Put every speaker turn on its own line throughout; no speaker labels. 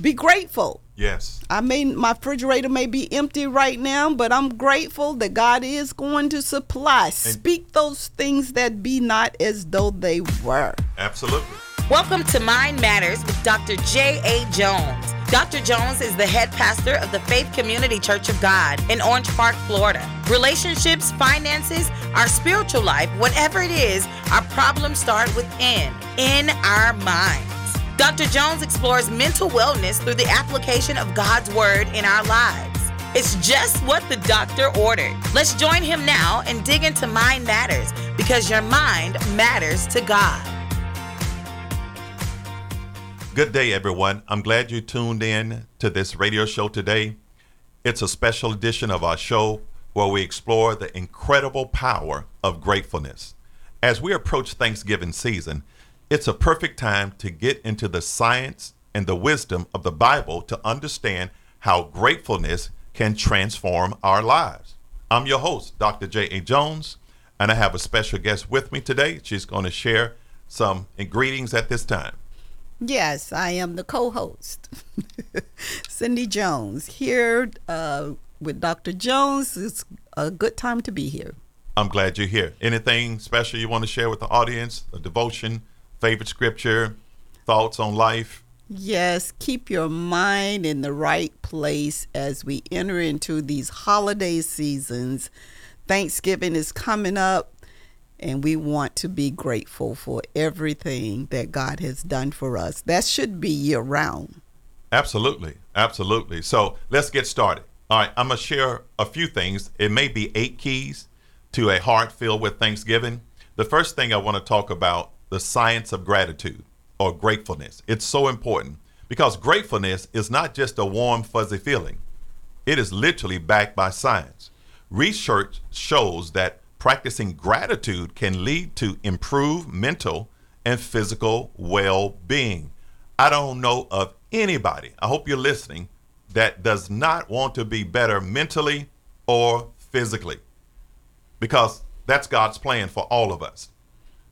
Be grateful.
Yes.
I mean, my refrigerator may be empty right now, but I'm grateful that God is going to supply. Speak those things that be not as though they were.
Absolutely.
Welcome to Mind Matters with Dr. J.A. Jones. Dr. Jones is the head pastor of the Faith Community Church of God in Orange Park, Florida. Relationships, finances, our spiritual life, whatever it is, our problems start within, in our minds. Dr. Jones explores mental wellness through the application of God's word in our lives. It's just what the doctor ordered. Let's join him now and dig into Mind Matters because your mind matters to God.
Good day, everyone. I'm glad you tuned in to this radio show today. It's a special edition of our show where we explore the incredible power of gratefulness. As we approach Thanksgiving season, it's a perfect time to get into the science and the wisdom of the Bible to understand how gratefulness can transform our lives. I'm your host, Dr. J.A. Jones, and I have a special guest with me today. She's going to share some greetings at this time.
Yes, I am the co host, Cindy Jones, here uh, with Dr. Jones. It's a good time to be here.
I'm glad you're here. Anything special you want to share with the audience? A devotion, favorite scripture, thoughts on life?
Yes, keep your mind in the right place as we enter into these holiday seasons. Thanksgiving is coming up, and we want to be grateful for everything that God has done for us. That should be year round.
Absolutely. Absolutely. So let's get started. All right, I'm going to share a few things. It may be eight keys to a heart filled with thanksgiving. The first thing I want to talk about the science of gratitude or gratefulness. It's so important because gratefulness is not just a warm, fuzzy feeling, it is literally backed by science. Research shows that practicing gratitude can lead to improved mental and physical well being. I don't know of anybody, I hope you're listening, that does not want to be better mentally or physically because that's God's plan for all of us.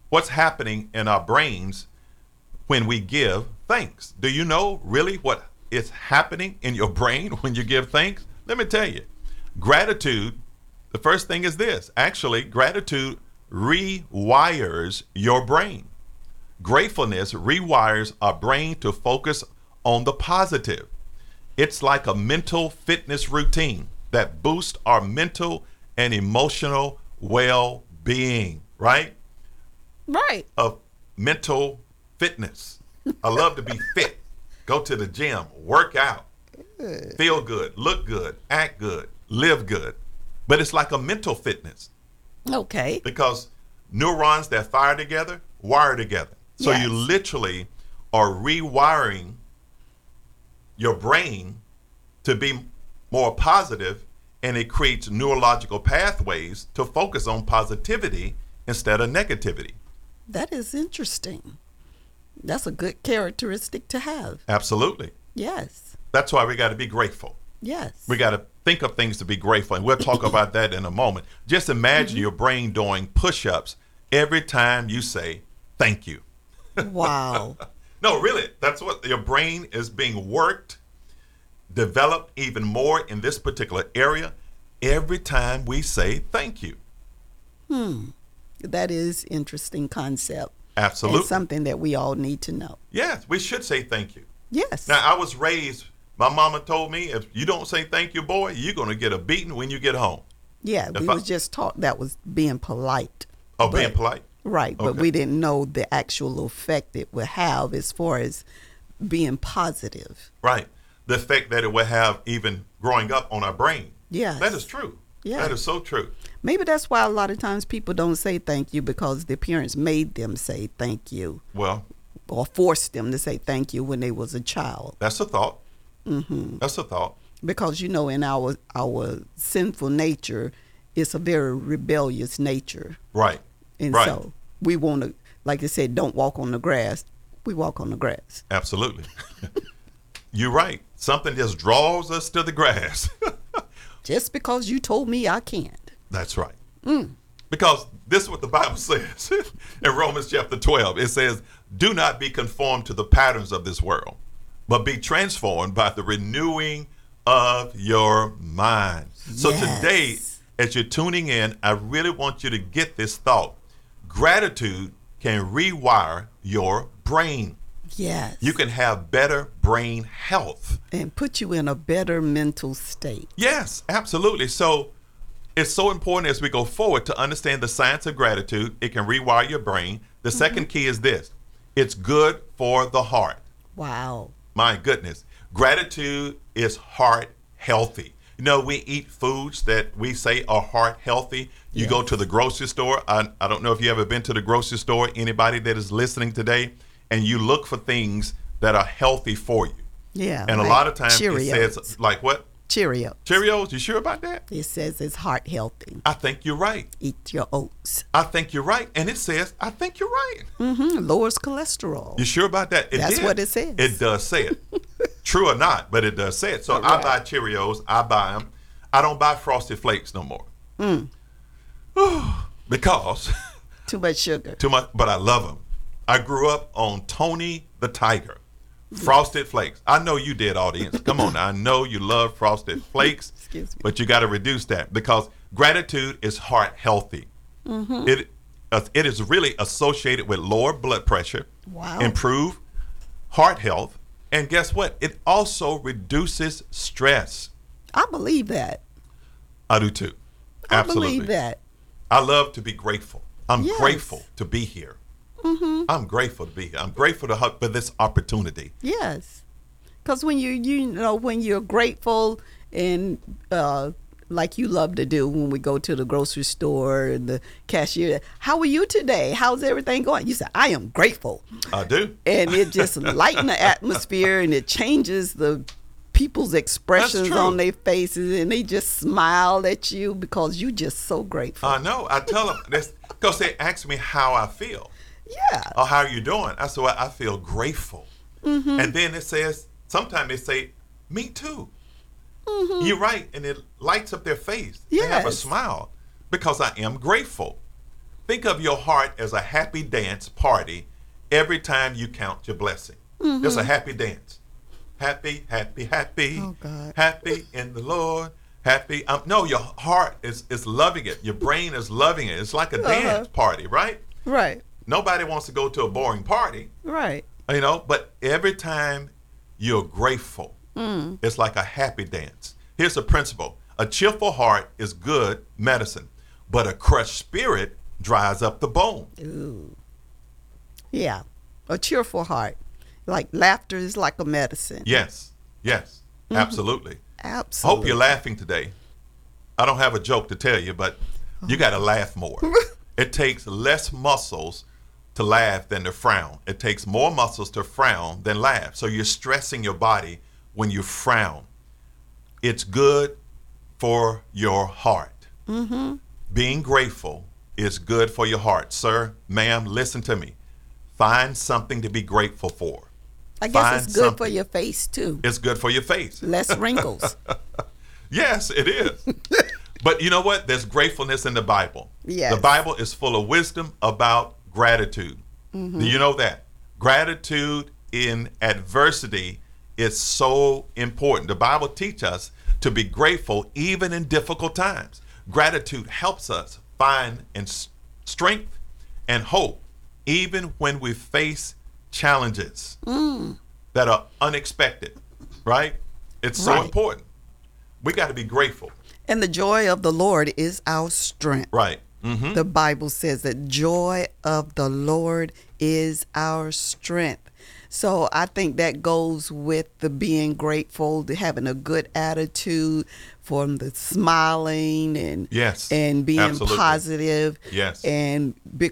What's happening in our brains when we give thanks. Do you know really what is happening in your brain when you give thanks? Let me tell you. Gratitude, the first thing is this actually, gratitude rewires your brain. Gratefulness rewires our brain to focus on the positive. It's like a mental fitness routine that boosts our mental and emotional well being, right?
Right.
Of mental fitness. I love to be fit. Go to the gym, work out, feel good, look good, act good, live good. But it's like a mental fitness
Okay.
because neurons that fire together wire together. So
Yes.
you literally are rewiring your brain to be more positive and it creates neurological pathways to focus on positivity instead of negativity.
That is interesting. That's a good characteristic to have.
Absolutely.
Yes.
That's why we got to be grateful.
Yes.
We got to think of things to be grateful, and we'll talk about that in a moment. Just imagine your brain doing push ups every time you say thank you.
wow.
No, really, that's what your brain is being worked, developed even more in this particular area every time we say thank you.
That is interesting concept.
Absolutely.
And something that we all need to know.
yes, we should say thank you.
Yes.
Now, I was raised, my mama told me, if you don't say thank you, boy, you're going to get a beating when you get home.
yeah, we
I-
was just taught that was being polite.
Oh, being
But-
polite.
Right, but
Okay.
we didn't know the actual effect it would have as far as being positive.
Right. The effect that it will have even growing up on our brain.
Yes.
That is true.
Yeah.
That is so true.
Maybe that's why a lot of times people don't say thank you because their parents made them say thank you
Well,
or forced them to say thank you when they was a child.
that's a thought. Mm-hmm. That's a thought.
Because you know in our our sinful nature, it's a very rebellious nature.
Right.
And
right.
so we want to, like I said, don't walk on the grass. We walk on the grass.
Absolutely. You're right. Something just draws us to the grass.
Just because you told me I can't.
That's right. Because this is what the Bible says in Romans chapter 12. It says, Do not be conformed to the patterns of this world, but be transformed by the renewing of your mind. So
Yes.
today, as you're tuning in, I really want you to get this thought. Gratitude can rewire your brain.
Yes.
You can have better brain health.
and put you in a better mental state.
Yes, absolutely. So it's so important as we go forward to understand the science of gratitude. It can rewire your brain. The
Mm-hmm.
second key is this it's good for the heart.
Wow.
My goodness. Gratitude is heart healthy. You know, we eat foods that we say are heart healthy. You go to the grocery store. I, I don't know if you ever been to the grocery store, anybody that is listening today, and you look for things that are healthy for you.
Yeah.
And a
like
lot of times
Cheerios.
it says, like what?
Cheerio.
Cheerios? You sure about that?
It says it's heart healthy.
I think you're right.
Eat your oats.
I think you're right. And it says, I think you're right.
Mm, lowers cholesterol.
You sure about that? It
That's what it says.
It does say it. True or not, but it does say it. So I buy Cheerios. I buy them. I don't buy Frosted Flakes no more.
Mm.
because
Too much sugar.
too much, but I love them. I grew up on Tony the Tiger, Frosted Flakes. I know you did, audience. Come on, now. I know you love Frosted Flakes,
Excuse me.
but you got to reduce that because gratitude is heart healthy.
Mm-hmm.
It uh, it is really associated with lower blood pressure,
Wow.
improve heart health, and guess what? It also reduces stress.
I believe that.
I do too.
I
Absolutely.
believe that.
I love to be grateful. I'm
Yes.
grateful to be here. I'm grateful to be here. I'm grateful to hug for this opportunity.
Yes. Because when you you know when you're grateful and uh, like you love to do when we go to the grocery store and the cashier, how are you today? How's everything going? You say, I am grateful.
I do.
and it just lightens the atmosphere and it changes the people's expressions
true.
on their faces and they just smile at you because you just so grateful.
I know. I tell them this because they ask me how I feel
yeah.
or Oh, how are you doing. I say, well, I feel grateful.
Mm-hmm.
And then it says, sometimes they say, me too. You're right. And it lights up their face. They have
Mm-hmm.
a
Yes.
smile because I am grateful. Think of your heart as a happy dance party every time you count your blessing. It's a happy dance. Happy, happy, happy.
Mm-hmm. Oh, God.
Happy in the Lord. Happy. Um, no, your heart is, is loving it. Your brain is loving it. It's like a
Uh-huh.
dance party, right?
Right.
Nobody wants to go to a boring party,
Right.
you know, but every time you're grateful, it's like a happy dance. Here's the principle a cheerful heart is good medicine, but a crushed spirit dries up the bone.
Ooh. Yeah. A cheerful heart. Like laughter is like a medicine.
Yes, yes, absolutely.
Absolutely.
Hope you're laughing today. I don't have a joke to tell you, but you got to laugh more. it takes less muscles to laugh than to frown. It takes more muscles to frown than laugh. So you're stressing your body when you frown. It's good for your heart. Being grateful is good for your heart. Sir, ma'am, listen to me. Find something to be grateful for.
I guess
find
it's good for
something.
your face too.
It's good for your face.
Less wrinkles.
Yes, it is. but you know what? There's gratefulness in the Bible.
Yes.
The Bible is full of wisdom about gratitude. Do you know that? Gratitude in adversity is so important. The Bible teaches us to be grateful even in difficult times. Gratitude helps us find and s- strength and hope even when we face challenges that are unexpected, right? It's so
Right.
important. We got to be grateful,
and the joy of the Lord is our strength.
right? Mm.
The Bible says that joy of the Lord is our strength. So I think that goes with the being grateful, the having a good attitude, from the smiling and
Yes,
and being
absolutely.
positive.
Yes.
and be,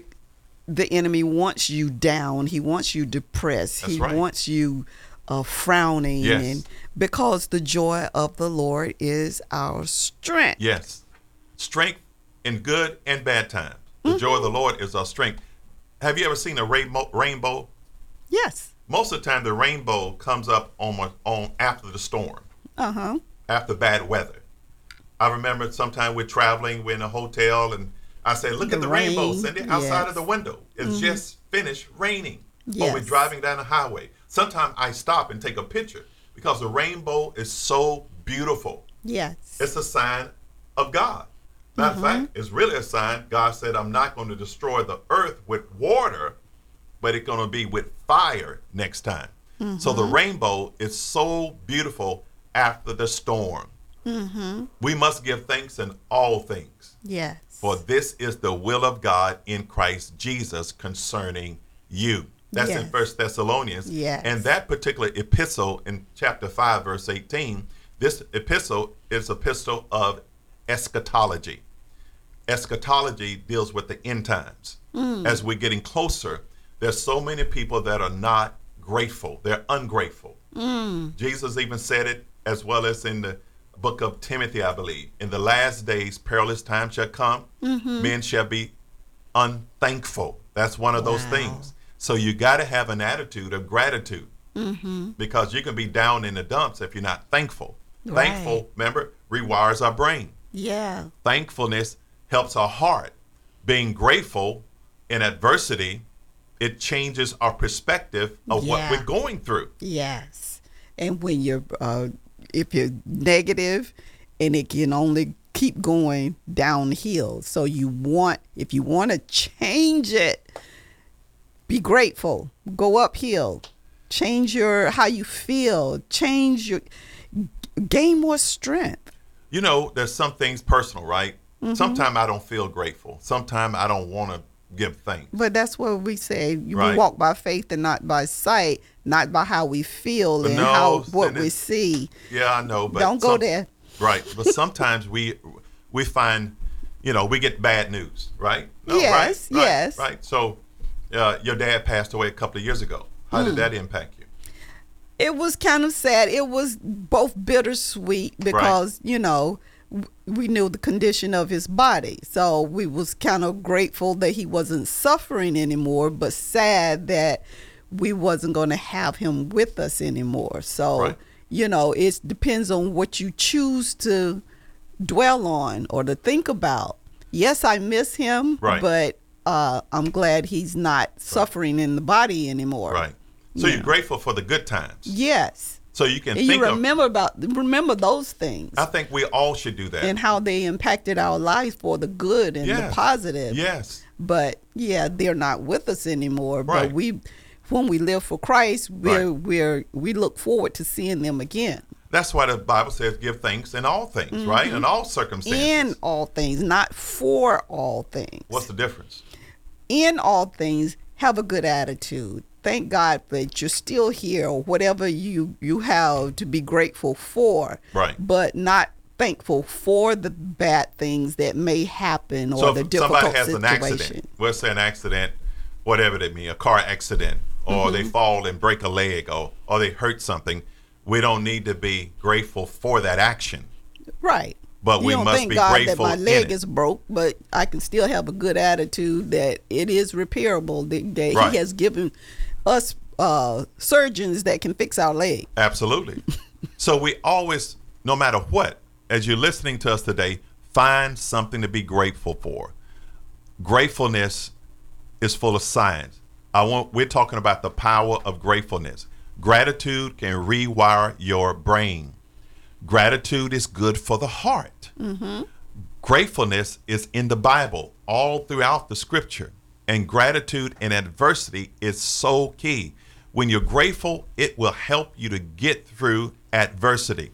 the enemy wants you down. He wants you depressed.
That's
he
right.
wants you uh, frowning.
Yes.
And because the joy of the Lord is our strength.
Yes, strength in good and bad times. The joy of the Lord is our strength. Have you ever seen a rainbow? Rainbow.
Yes.
Most of the time, the rainbow comes up on my- on after the storm,
Uh huh.
after bad weather. I remember sometime we're traveling, we're in a hotel, and I say, "Look
The
at the rainbow,
rain,
Cindy, outside
yes. Mm-hmm.
of the window. It's just finished raining." Or we're
Yes.
driving down the highway. Sometimes I stop and take a picture because the rainbow is so beautiful.
Yes.
It's a sign of God. Matter of fact, it's really a sign. God said, I'm not going to destroy the earth with water, but it's going to be with fire next time. So the rainbow is so beautiful after the storm. We must give thanks in all things,
Yes.
for this is the will of God in Christ Jesus concerning you. That's in
Yes.
First Thessalonians.
Yes.
And that particular epistle in chapter 5, verse 18, this epistle is epistle of eschatology. Eschatology deals with the end times.
Hmm.
As we're getting closer, there's so many people that are not grateful. They're ungrateful. Jesus even said it as well as in the book of Timothy, I believe. In the last days, perilous time shall come. Men shall be unthankful. That's one of those
Wow.
things. So you got to have an attitude of gratitude because you can be down in the dumps if you're not thankful. Thankful, remember, rewires our brain.
Yeah.
Thankfulness helps our heart. Being grateful in adversity, it changes our perspective of what
Yeah.
we're going through.
Yes. And when you're, uh, if you're negative and it can only keep going downhill. So you want, if you want to change it, be grateful, go uphill, change your, how you feel, change your, gain more strength.
you know, there's some things personal, right?
Mm-hmm.
Sometimes I don't feel grateful. Sometimes I don't want to give thanks.
But that's what we say. You
Right.
walk by faith and not by sight, not by how we feel
But
and
no,
how what
and it-
we see.
Yeah, I know, but
Don't go there.
Right, but sometimes we we find, you know, we get bad news, right?
Yes,
right, right,
yes.
Right. So, uh, your dad passed away a couple of years ago. How
Mm.
did that impact you?
It was kind of sad. It was both bittersweet because you know w- we knew the condition of his body, so we was kind of grateful that he wasn't suffering anymore, but sad that we wasn't going to have him with us anymore. So
Right.
you know, it depends on what you choose to dwell on or to think about. Yes, I miss him,
Right.
but uh, I'm glad he's not suffering in the body anymore.
Right. So
Yeah.
you're grateful for the good times.
Yes.
So you can
And
think
you remember about remember those things
of. I think we all should do that.
and how they impacted our lives for the good and
Yes.
the positive.
yes.
But yeah, they're not with us anymore.
Right.
But we, when we live for Christ, we're,
Right.
we're we look forward to seeing them again
That's why the Bible says give thanks in all things,
Mm-hmm.
right? In all circumstances.
in all things, not for all things.
What's the difference?
in all things have a good attitude thank god that you're still here or whatever you you have to be grateful for
Right.
but not thankful for the bad things that may happen or
So
the
if
difficult
somebody has an
situation
accident, we'll say an accident, whatever they mean, a car accident, or
Mm-hmm.
they fall and break a leg, or or they hurt something, we don't need to be grateful for that action.
right
But
you
we
don't
must
thank
be
god
grateful
that my
in
leg
it.
is broke but i can still have a good attitude that it is repairable that, that
Right.
he has given us uh surgeons that can fix our leg
Absolutely. so we always, no matter what, as you're listening to us today, find something to be grateful for. Gratefulness is full of science. I want we're talking about the power of gratefulness. Gratitude can rewire your brain. Gratitude is good for the heart. Gratefulness is in the Bible, all throughout the scripture. And gratitude in adversity is so key. When you're grateful, it will help you to get through adversity,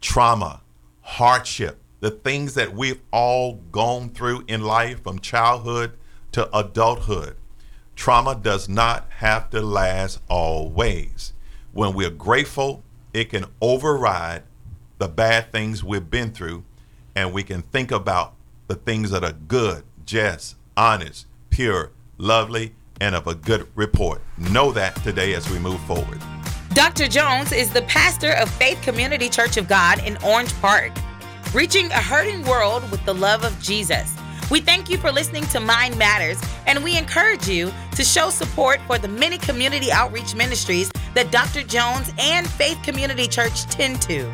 trauma, hardship, the things that we've all gone through in life from childhood to adulthood. Trauma does not have to last always. When we're grateful, it can override the bad things we've been through, and we can think about the things that are good, just, honest, pure, lovely, and of a good report. Know that today as we move forward.
Dr. Jones is the pastor of Faith Community Church of God in Orange Park, reaching a hurting world with the love of Jesus. We thank you for listening to Mind Matters, and we encourage you to show support for the many community outreach ministries that Dr. Jones and Faith Community Church tend to.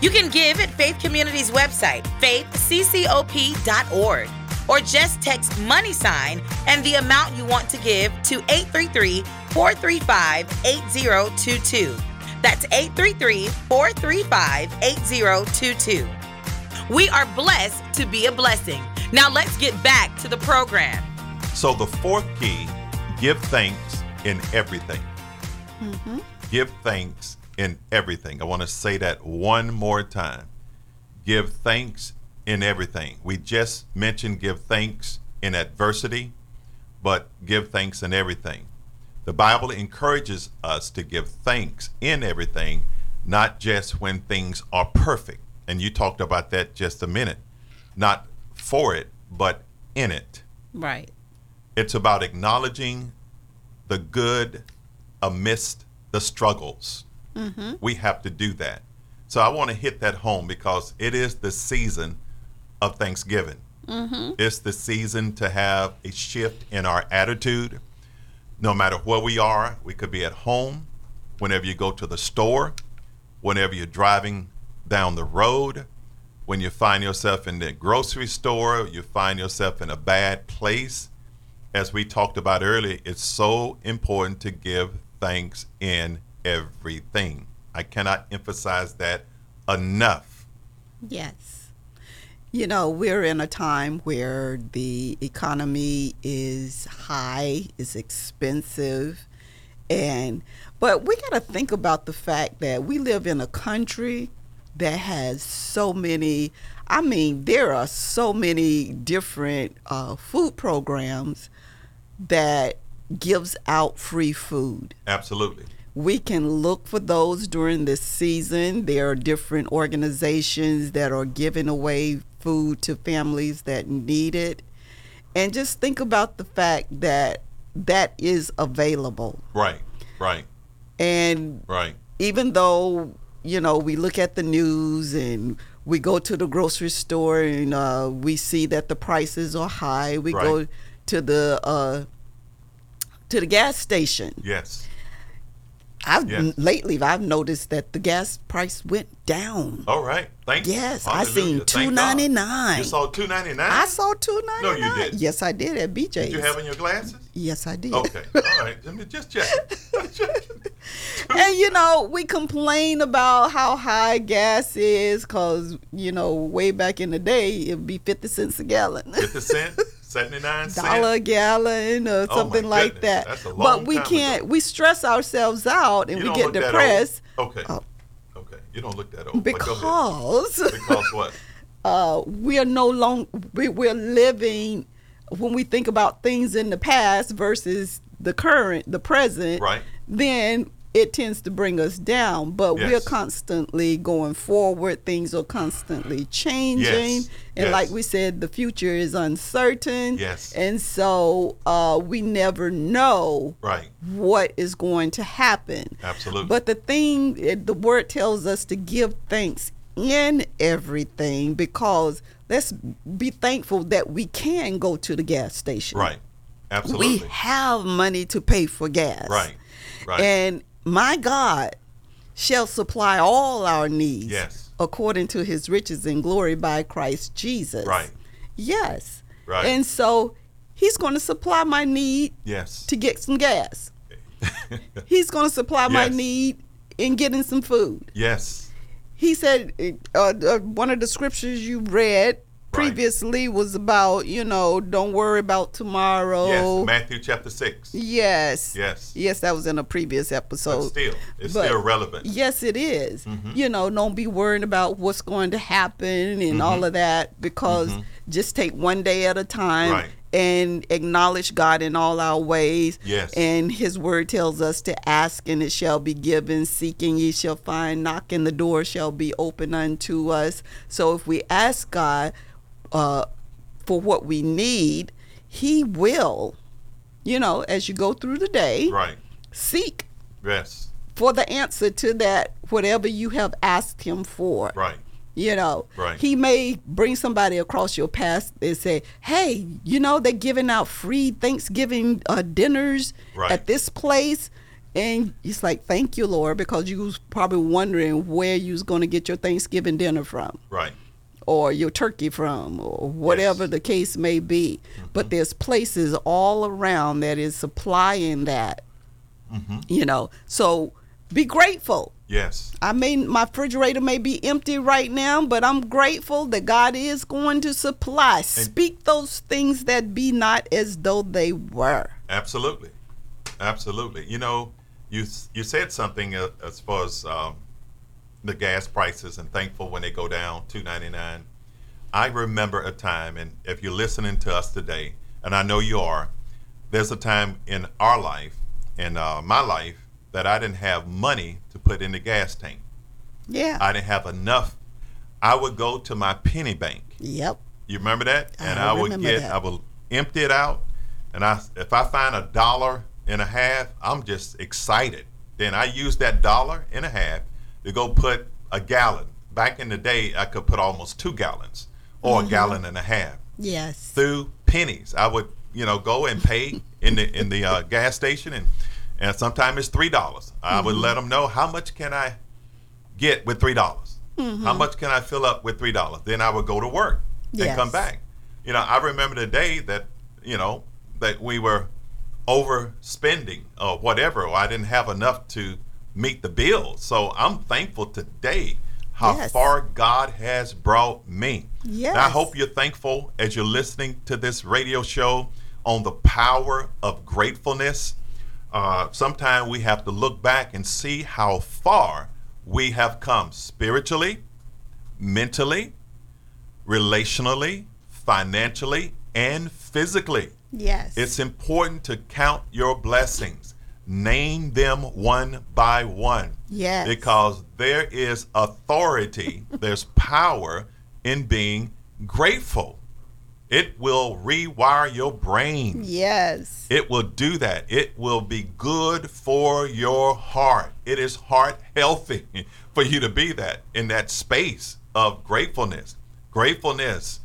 You can give at Faith Community's website, faithccop.org, or just text money sign and the amount you want to give to 833 435 8022. That's 833 435 8022. We are blessed to be a blessing. Now let's get back to the program.
So the fourth key, give thanks in everything.
Mm-hmm.
Give thanks in everything. I want to say that one more time. Give thanks in everything. We just mentioned give thanks in adversity, but give thanks in everything. The Bible encourages us to give thanks in everything, not just when things are perfect. And you talked about that just a minute. Not for it, but in it.
Right.
It's about acknowledging the good amidst the struggles.
Mm-hmm.
We have to do that. So I want to hit that home because it is the season of Thanksgiving.
Mm-hmm.
It's the season to have a shift in our attitude. No matter where we are, we could be at home, whenever you go to the store, whenever you're driving down the road, when you find yourself in the grocery store, you find yourself in a bad place. As we talked about earlier, it's so important to give thanks in everything. I cannot emphasize that enough.
Yes. You know, we're in a time where the economy is high, is expensive, and but we got to think about the fact that we live in a country that has so many. I mean, there are so many different uh, food programs that gives out free food.
Absolutely.
We can look for those during this season. There are different organizations that are giving away food to families that need it. And just think about the fact that that is available.
Right, right,
And
right.
even though, you know, we look at the news and we go to the grocery store and uh, we see that the prices are high, we go
Right.
to the uh, to the gas station.
Yes.
I've
Yes.
lately I've noticed that the gas price went down.
All right. Thank you.
Yes, I seen
Oh, Hallelujah. Thank God.
$2.99.
You saw two ninety nine.
I saw two ninety
No,
nine.
you didn't.
Yes, I did at BJ's.
Did you have Oh. in your glasses?
yes, I did.
Okay. All right. Let me just check.
and you know, we complain about how high gas is because you know, way back in the day, it'd be fifty cents a gallon.
Fifty cent, seventy nine cent.
Dollar a gallon or
Oh, my
something like
goodness,
that.
that's a long
but we
time ago.
can't. We stress ourselves out and
You
we
don't
get
look that old.
depressed
Okay.
Oh.
Okay. You don't look that old. but go ahead.
because
Because what?
uh, we are no longer we, we're living when we think about things in the past versus the current the present
Right.
then it tends to bring us down but we're
Yes.
constantly going forward things are constantly changing
Yes.
and
Yes.
like we said the future is uncertain
Yes.
and so uh, we never know
Right.
what is going to happen
Absolutely.
but the thing, it- the word tells us to give thanks in everything because let's be thankful that we can go to the gas station.
right. Absolutely.
We have money to pay for gas.
right. Right.
And my God shall supply all our needs
Yes.
according to his riches and glory by Christ Jesus.
Right.
Yes.
Right.
And so he's going to supply my need
yes.
to get some gas. He's going to supply my
Yes.
need in getting some food.
yes.
He said uh, uh, one of the scriptures you read previously was about, you know, don't worry about tomorrow.
Yes. Matthew chapter six.
yes.
Yes.
Yes, that was in a previous episode.
But still, it's
but-
still relevant.
Yes, it is.
Mm-hmm.
You know, don't be worrying about what's going to happen and
Mm-hmm.
all of that because just take one day at a time
Right.
and acknowledge God in all our ways.
Yes.
And His Word tells us to ask and it shall be given, seeking ye shall find, knocking the door shall be open unto us. So if we ask God uh, for what we need, He will. You know, as you go through the day,
Right.
seek
Yes.
for the answer to that whatever you have asked him for
Right.
you know
Right.
he may bring somebody across your path and say hey you know they're giving out free thanksgiving uh, dinners
Right.
at this place and it's like thank you lord because you was probably wondering where you was going to get your thanksgiving dinner from
Right.
or your turkey from or whatever the case
Mm-hmm.
may be but there's places all around that is supplying that
Mm-hmm.
You know, so be grateful.
Yes.
I mean, my refrigerator may be empty right now, but I'm grateful that God is going to supply. Speak those things that be not as though they were.
Absolutely, absolutely. You know, you you said something uh, as far as um, the gas prices and thankful when they go down two ninety nine. I remember a time, and if you're listening to us today, and I know you are, there's a time in our life, in uh, my life, that I didn't have money to put in the gas tank.
Yeah.
I didn't have enough. I would go to my penny bank.
yep.
You remember that?
I
And I, would
remember
get,
that.
I would empty it out, and I if I find a dollar and a half, I'm just excited. Then I use that dollar and a half to go put a gallon. Back in the day, I could put almost two gallons or
Mm-hmm.
a gallon and a half
Yes.
through pennies. I would, you know, go and pay in the in the uh, gas station, and and sometimes it's three dollars. I
Mm-hmm.
would let them know how much can I get with three dollars.
Mm-hmm.
How much can I fill up with three dollars? Then I would go to work and come
Yes.
back. You know, I remember the day that you know that we were overspending or whatever. Or I didn't have enough to meet the bill. So I'm thankful today how
Yes.
far God has brought me. And I
Yes.
hope you're thankful as you're listening to this radio show on the power of gratefulness. Uh, Sometimes we have to look back and see how far we have come spiritually, mentally, relationally, financially, and physically.
Yes.
It's important to count your blessings, name them one by one.
Yes.
Because there is authority, there's power in being grateful. It will rewire your brain.
yes.
It will do that. It will be good for your heart. It is heart healthy for you to be that in that space of gratefulness. Gratefulness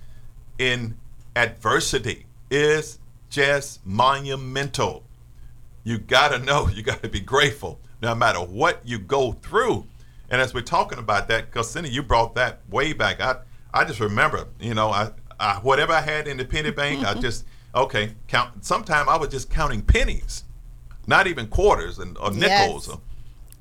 in adversity is just monumental. You got to know, you got to be grateful no matter what you go through. And as we're talking about that, because Cindy, you brought that way back. I, I just remember, you know, I, I whatever I had in the penny bank, I just okay count. Sometime I was just counting pennies, not even quarters and or nickels.
Yes.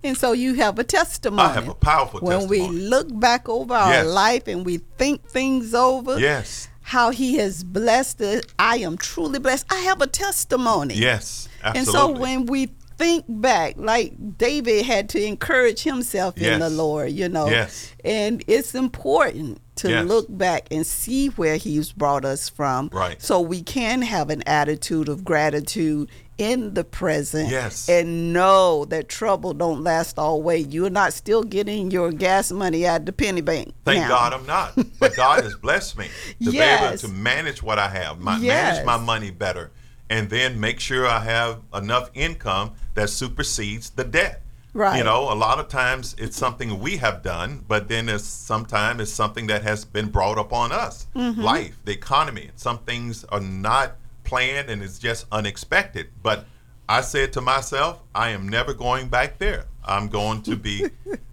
And so you have a testimony.
I have a powerful
when we
testimony.
look back over our
Yes.
life and we think things over,
Yes,
how he has blessed us. I am truly blessed. I have a testimony.
yes,
And
absolutely.
so when we think back, like David had to encourage himself in the
Yes.
Lord, you know.
Yes.
And it's important to
Yes.
look back and see where he's brought us from.
Right.
So we can have an attitude of gratitude in the present.
Yes.
And know that trouble don't last always. You're not still getting your gas money at the penny bank.
Thank
now.
God I'm not. But God has blessed me to
Yes.
be able to manage what I have, my,
Yes.
manage my money better, and then make sure I have enough income that supersedes the debt.
Right.
You know, a lot of times it's something we have done, but then it's sometimes it's something that has been brought upon us.
Mm-hmm.
Life, the economy. Some things are not planned and it's just unexpected. But I said to myself, I am never going back there. I'm going to be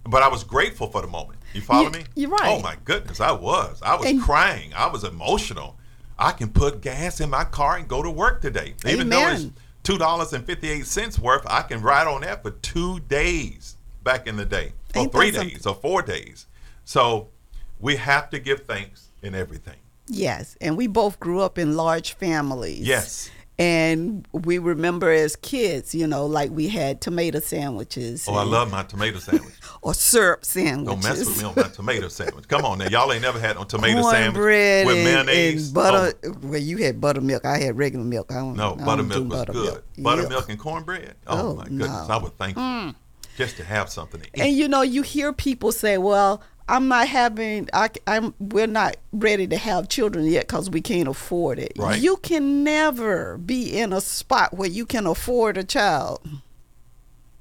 but I was grateful for the moment. You follow
You-
me?
you're right.
Oh my goodness, I was. I was
And-
crying. I was emotional. I can put gas in my car and go to work today. Even though it's
Amen.
two dollars and fifty eight cents worth, I can ride on that for two days back in the day. Or
Ain't that
three
something?
days or four days. So we have to give thanks in everything.
Yes, and we both grew up in large families.
Yes.
And we remember as kids, you know, like we had tomato sandwiches
Oh, I
and-
love my tomato sandwich.
or syrup
Don't
sandwiches.
mess with me on my tomato sandwich. Come on now. Y'all ain't never had no tomato
Cornbread
sandwich with
and,
mayonnaise.
and
Oh,
butter. Well, you had buttermilk. I had regular milk. I don't,
No,
I don't
buttermilk
do
was
buttermilk.
good.
Yeah.
Buttermilk and cornbread. Oh,
Oh,
my goodness,
no.
I was thankful just to have something to eat.
And you know, you hear people say, "Well, I'm not having. I, am We're not ready to have children yet because we can't afford it."
Right.
You can never be in a spot where you can afford a child.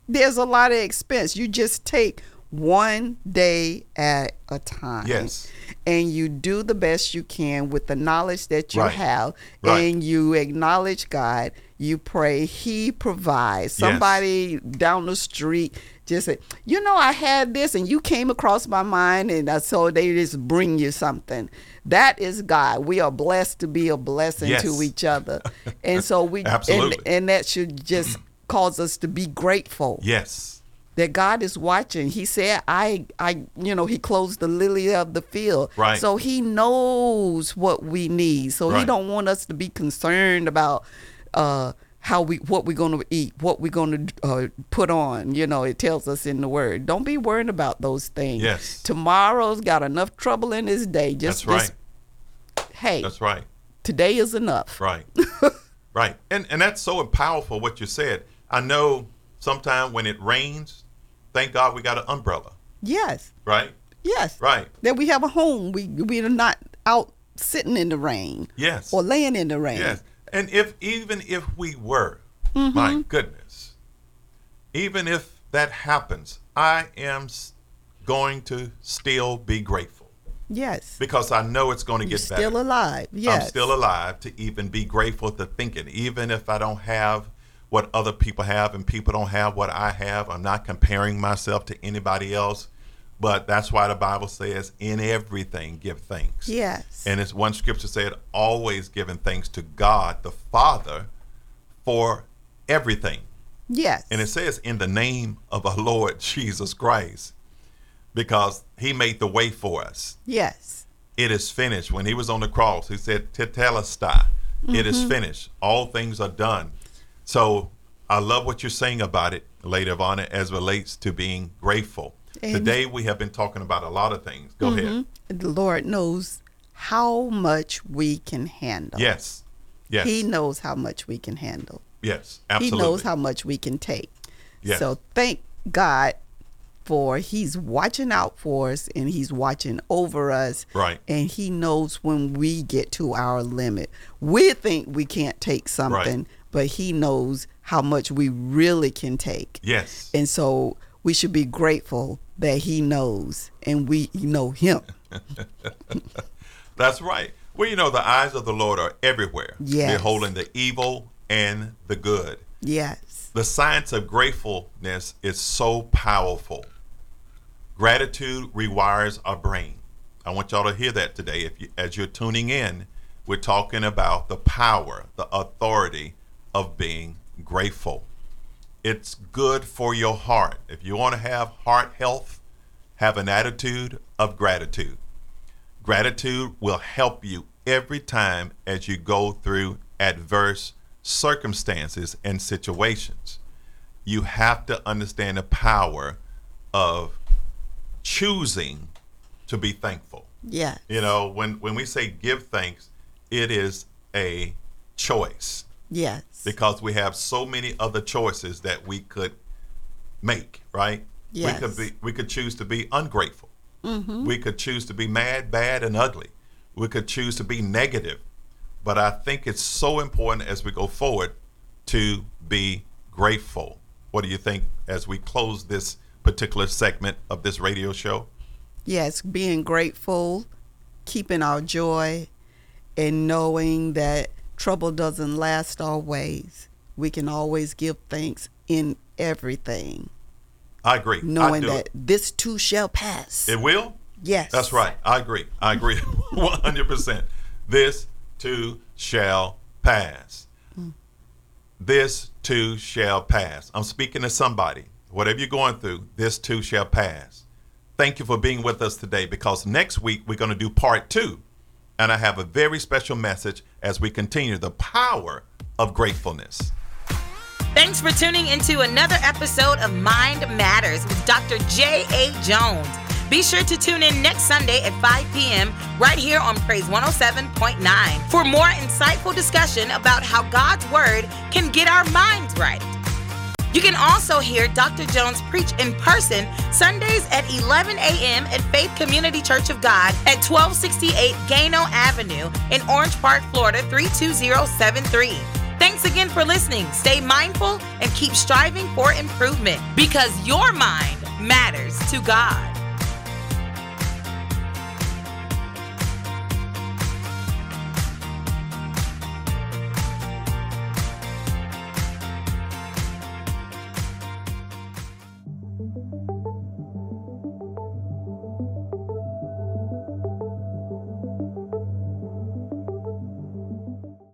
There's a lot of expense. You just take one day at a time.
Yes.
And you do the best you can with the knowledge that you
Right.
have,
Right.
and you acknowledge God. You pray, He provides. Somebody down the street just said, you know, I had this and you came across my mind and I so they just bring you something. That is God. We are blessed to be a blessing
Yes.
to each other. And so we and,
Absolutely.
and that should just calls us to be grateful
Yes.
that God is watching. He said, I, I, you know, he closed the lily of the field.
Right.
So he knows what we need. So he
Right.
don't want us to be concerned about, uh, how we what we're going to eat what we're going to uh, put on you know it tells us in the word don't be worrying about those things
Yes.
tomorrow's got enough trouble in his day just
That's right.
just, hey
That's right.
today is enough
Right. right. And and that's so powerful what you said. I know sometimes when it rains, thank God we got an umbrella.
yes
Right?
yes
Right.
that we have a home we we are not out sitting in the rain
Yes.
or laying in the rain
Yes. And if even if we were, my goodness, even if that happens, I am s- going to still be grateful
Yes.
because I know it's going to
You're
get
still
better.
alive. Yes.
I'm still alive to even be grateful to thinking, even if I don't have what other people have and people don't have what I have. I'm not comparing myself to anybody else. But that's why the Bible says, in everything, give thanks.
Yes.
And it's one scripture said, always giving thanks to God the Father for everything.
yes.
And it says, in the name of our Lord Jesus Christ, because he made the way for us.
yes.
It is finished. When he was on the cross, he said, Tetelestai, It is
Mm-hmm.
finished. All things are done. So I love what you're saying about it, Lady Ivana, as relates to being grateful.
And- Mm-hmm.
Today we have been talking about a lot of things. Go ahead.
The Lord knows how much we can handle.
Yes. Yes.
He knows how much we can handle.
yes. Absolutely.
He knows how much we can take.
Yes.
So thank God for he's watching out for us and he's watching over us.
Right.
And he knows when we get to our limit. We think we can't take something, but he knows how much we really can take.
Yes.
And so we should be grateful that he knows and we know him.
That's right. Well, you know, the eyes of the Lord are everywhere,
Yes.
beholding the evil and the good.
Yes.
The science of gratefulness is so powerful. Gratitude rewires our brain. I want y'all to hear that today. If you, as you're tuning in, we're talking about the power, the authority of being grateful. It's good for your heart. If you want to have heart health, have an attitude of gratitude. Gratitude will help you every time as you go through adverse circumstances and situations. You have to understand the power of choosing to be thankful.
Yeah.
You know, when when we say give thanks, it is a choice
Yes.
because we have so many other choices that we could make, right? We
Yes. Mm-hmm.
could be we could choose to be ungrateful. We could choose to be mad, bad, and ugly. We could choose to be negative. But I think it's so important as we go forward to be grateful. What do you think as we close this particular segment of this radio show?
Yes. Being grateful, keeping our joy, and knowing that trouble doesn't last always. We can always give thanks in everything,
I agree. I
knowing
do.
that this too shall pass.
it will.
yes.
That's right. I agree. I agree 100%. This too shall pass. This too shall pass. I'm speaking to somebody. Whatever you're going through, this too shall pass. Thank you for being with us today because next week we're going to do part two. And I have a very special message as we continue the power of gratefulness.
Thanks for tuning into another episode of Mind Matters with Dr. J.A. Jones. Be sure to tune in next Sunday at 5 p.m. right here on Praise 107.9 for more insightful discussion about how God's Word can get our minds right. You can also hear Dr. Jones preach in person Sundays at 11 a.m. at Faith Community Church of God at 1268 Gano Avenue in Orange Park, Florida 32073. Thanks again for listening. Stay mindful and keep striving for improvement because your mind matters to God.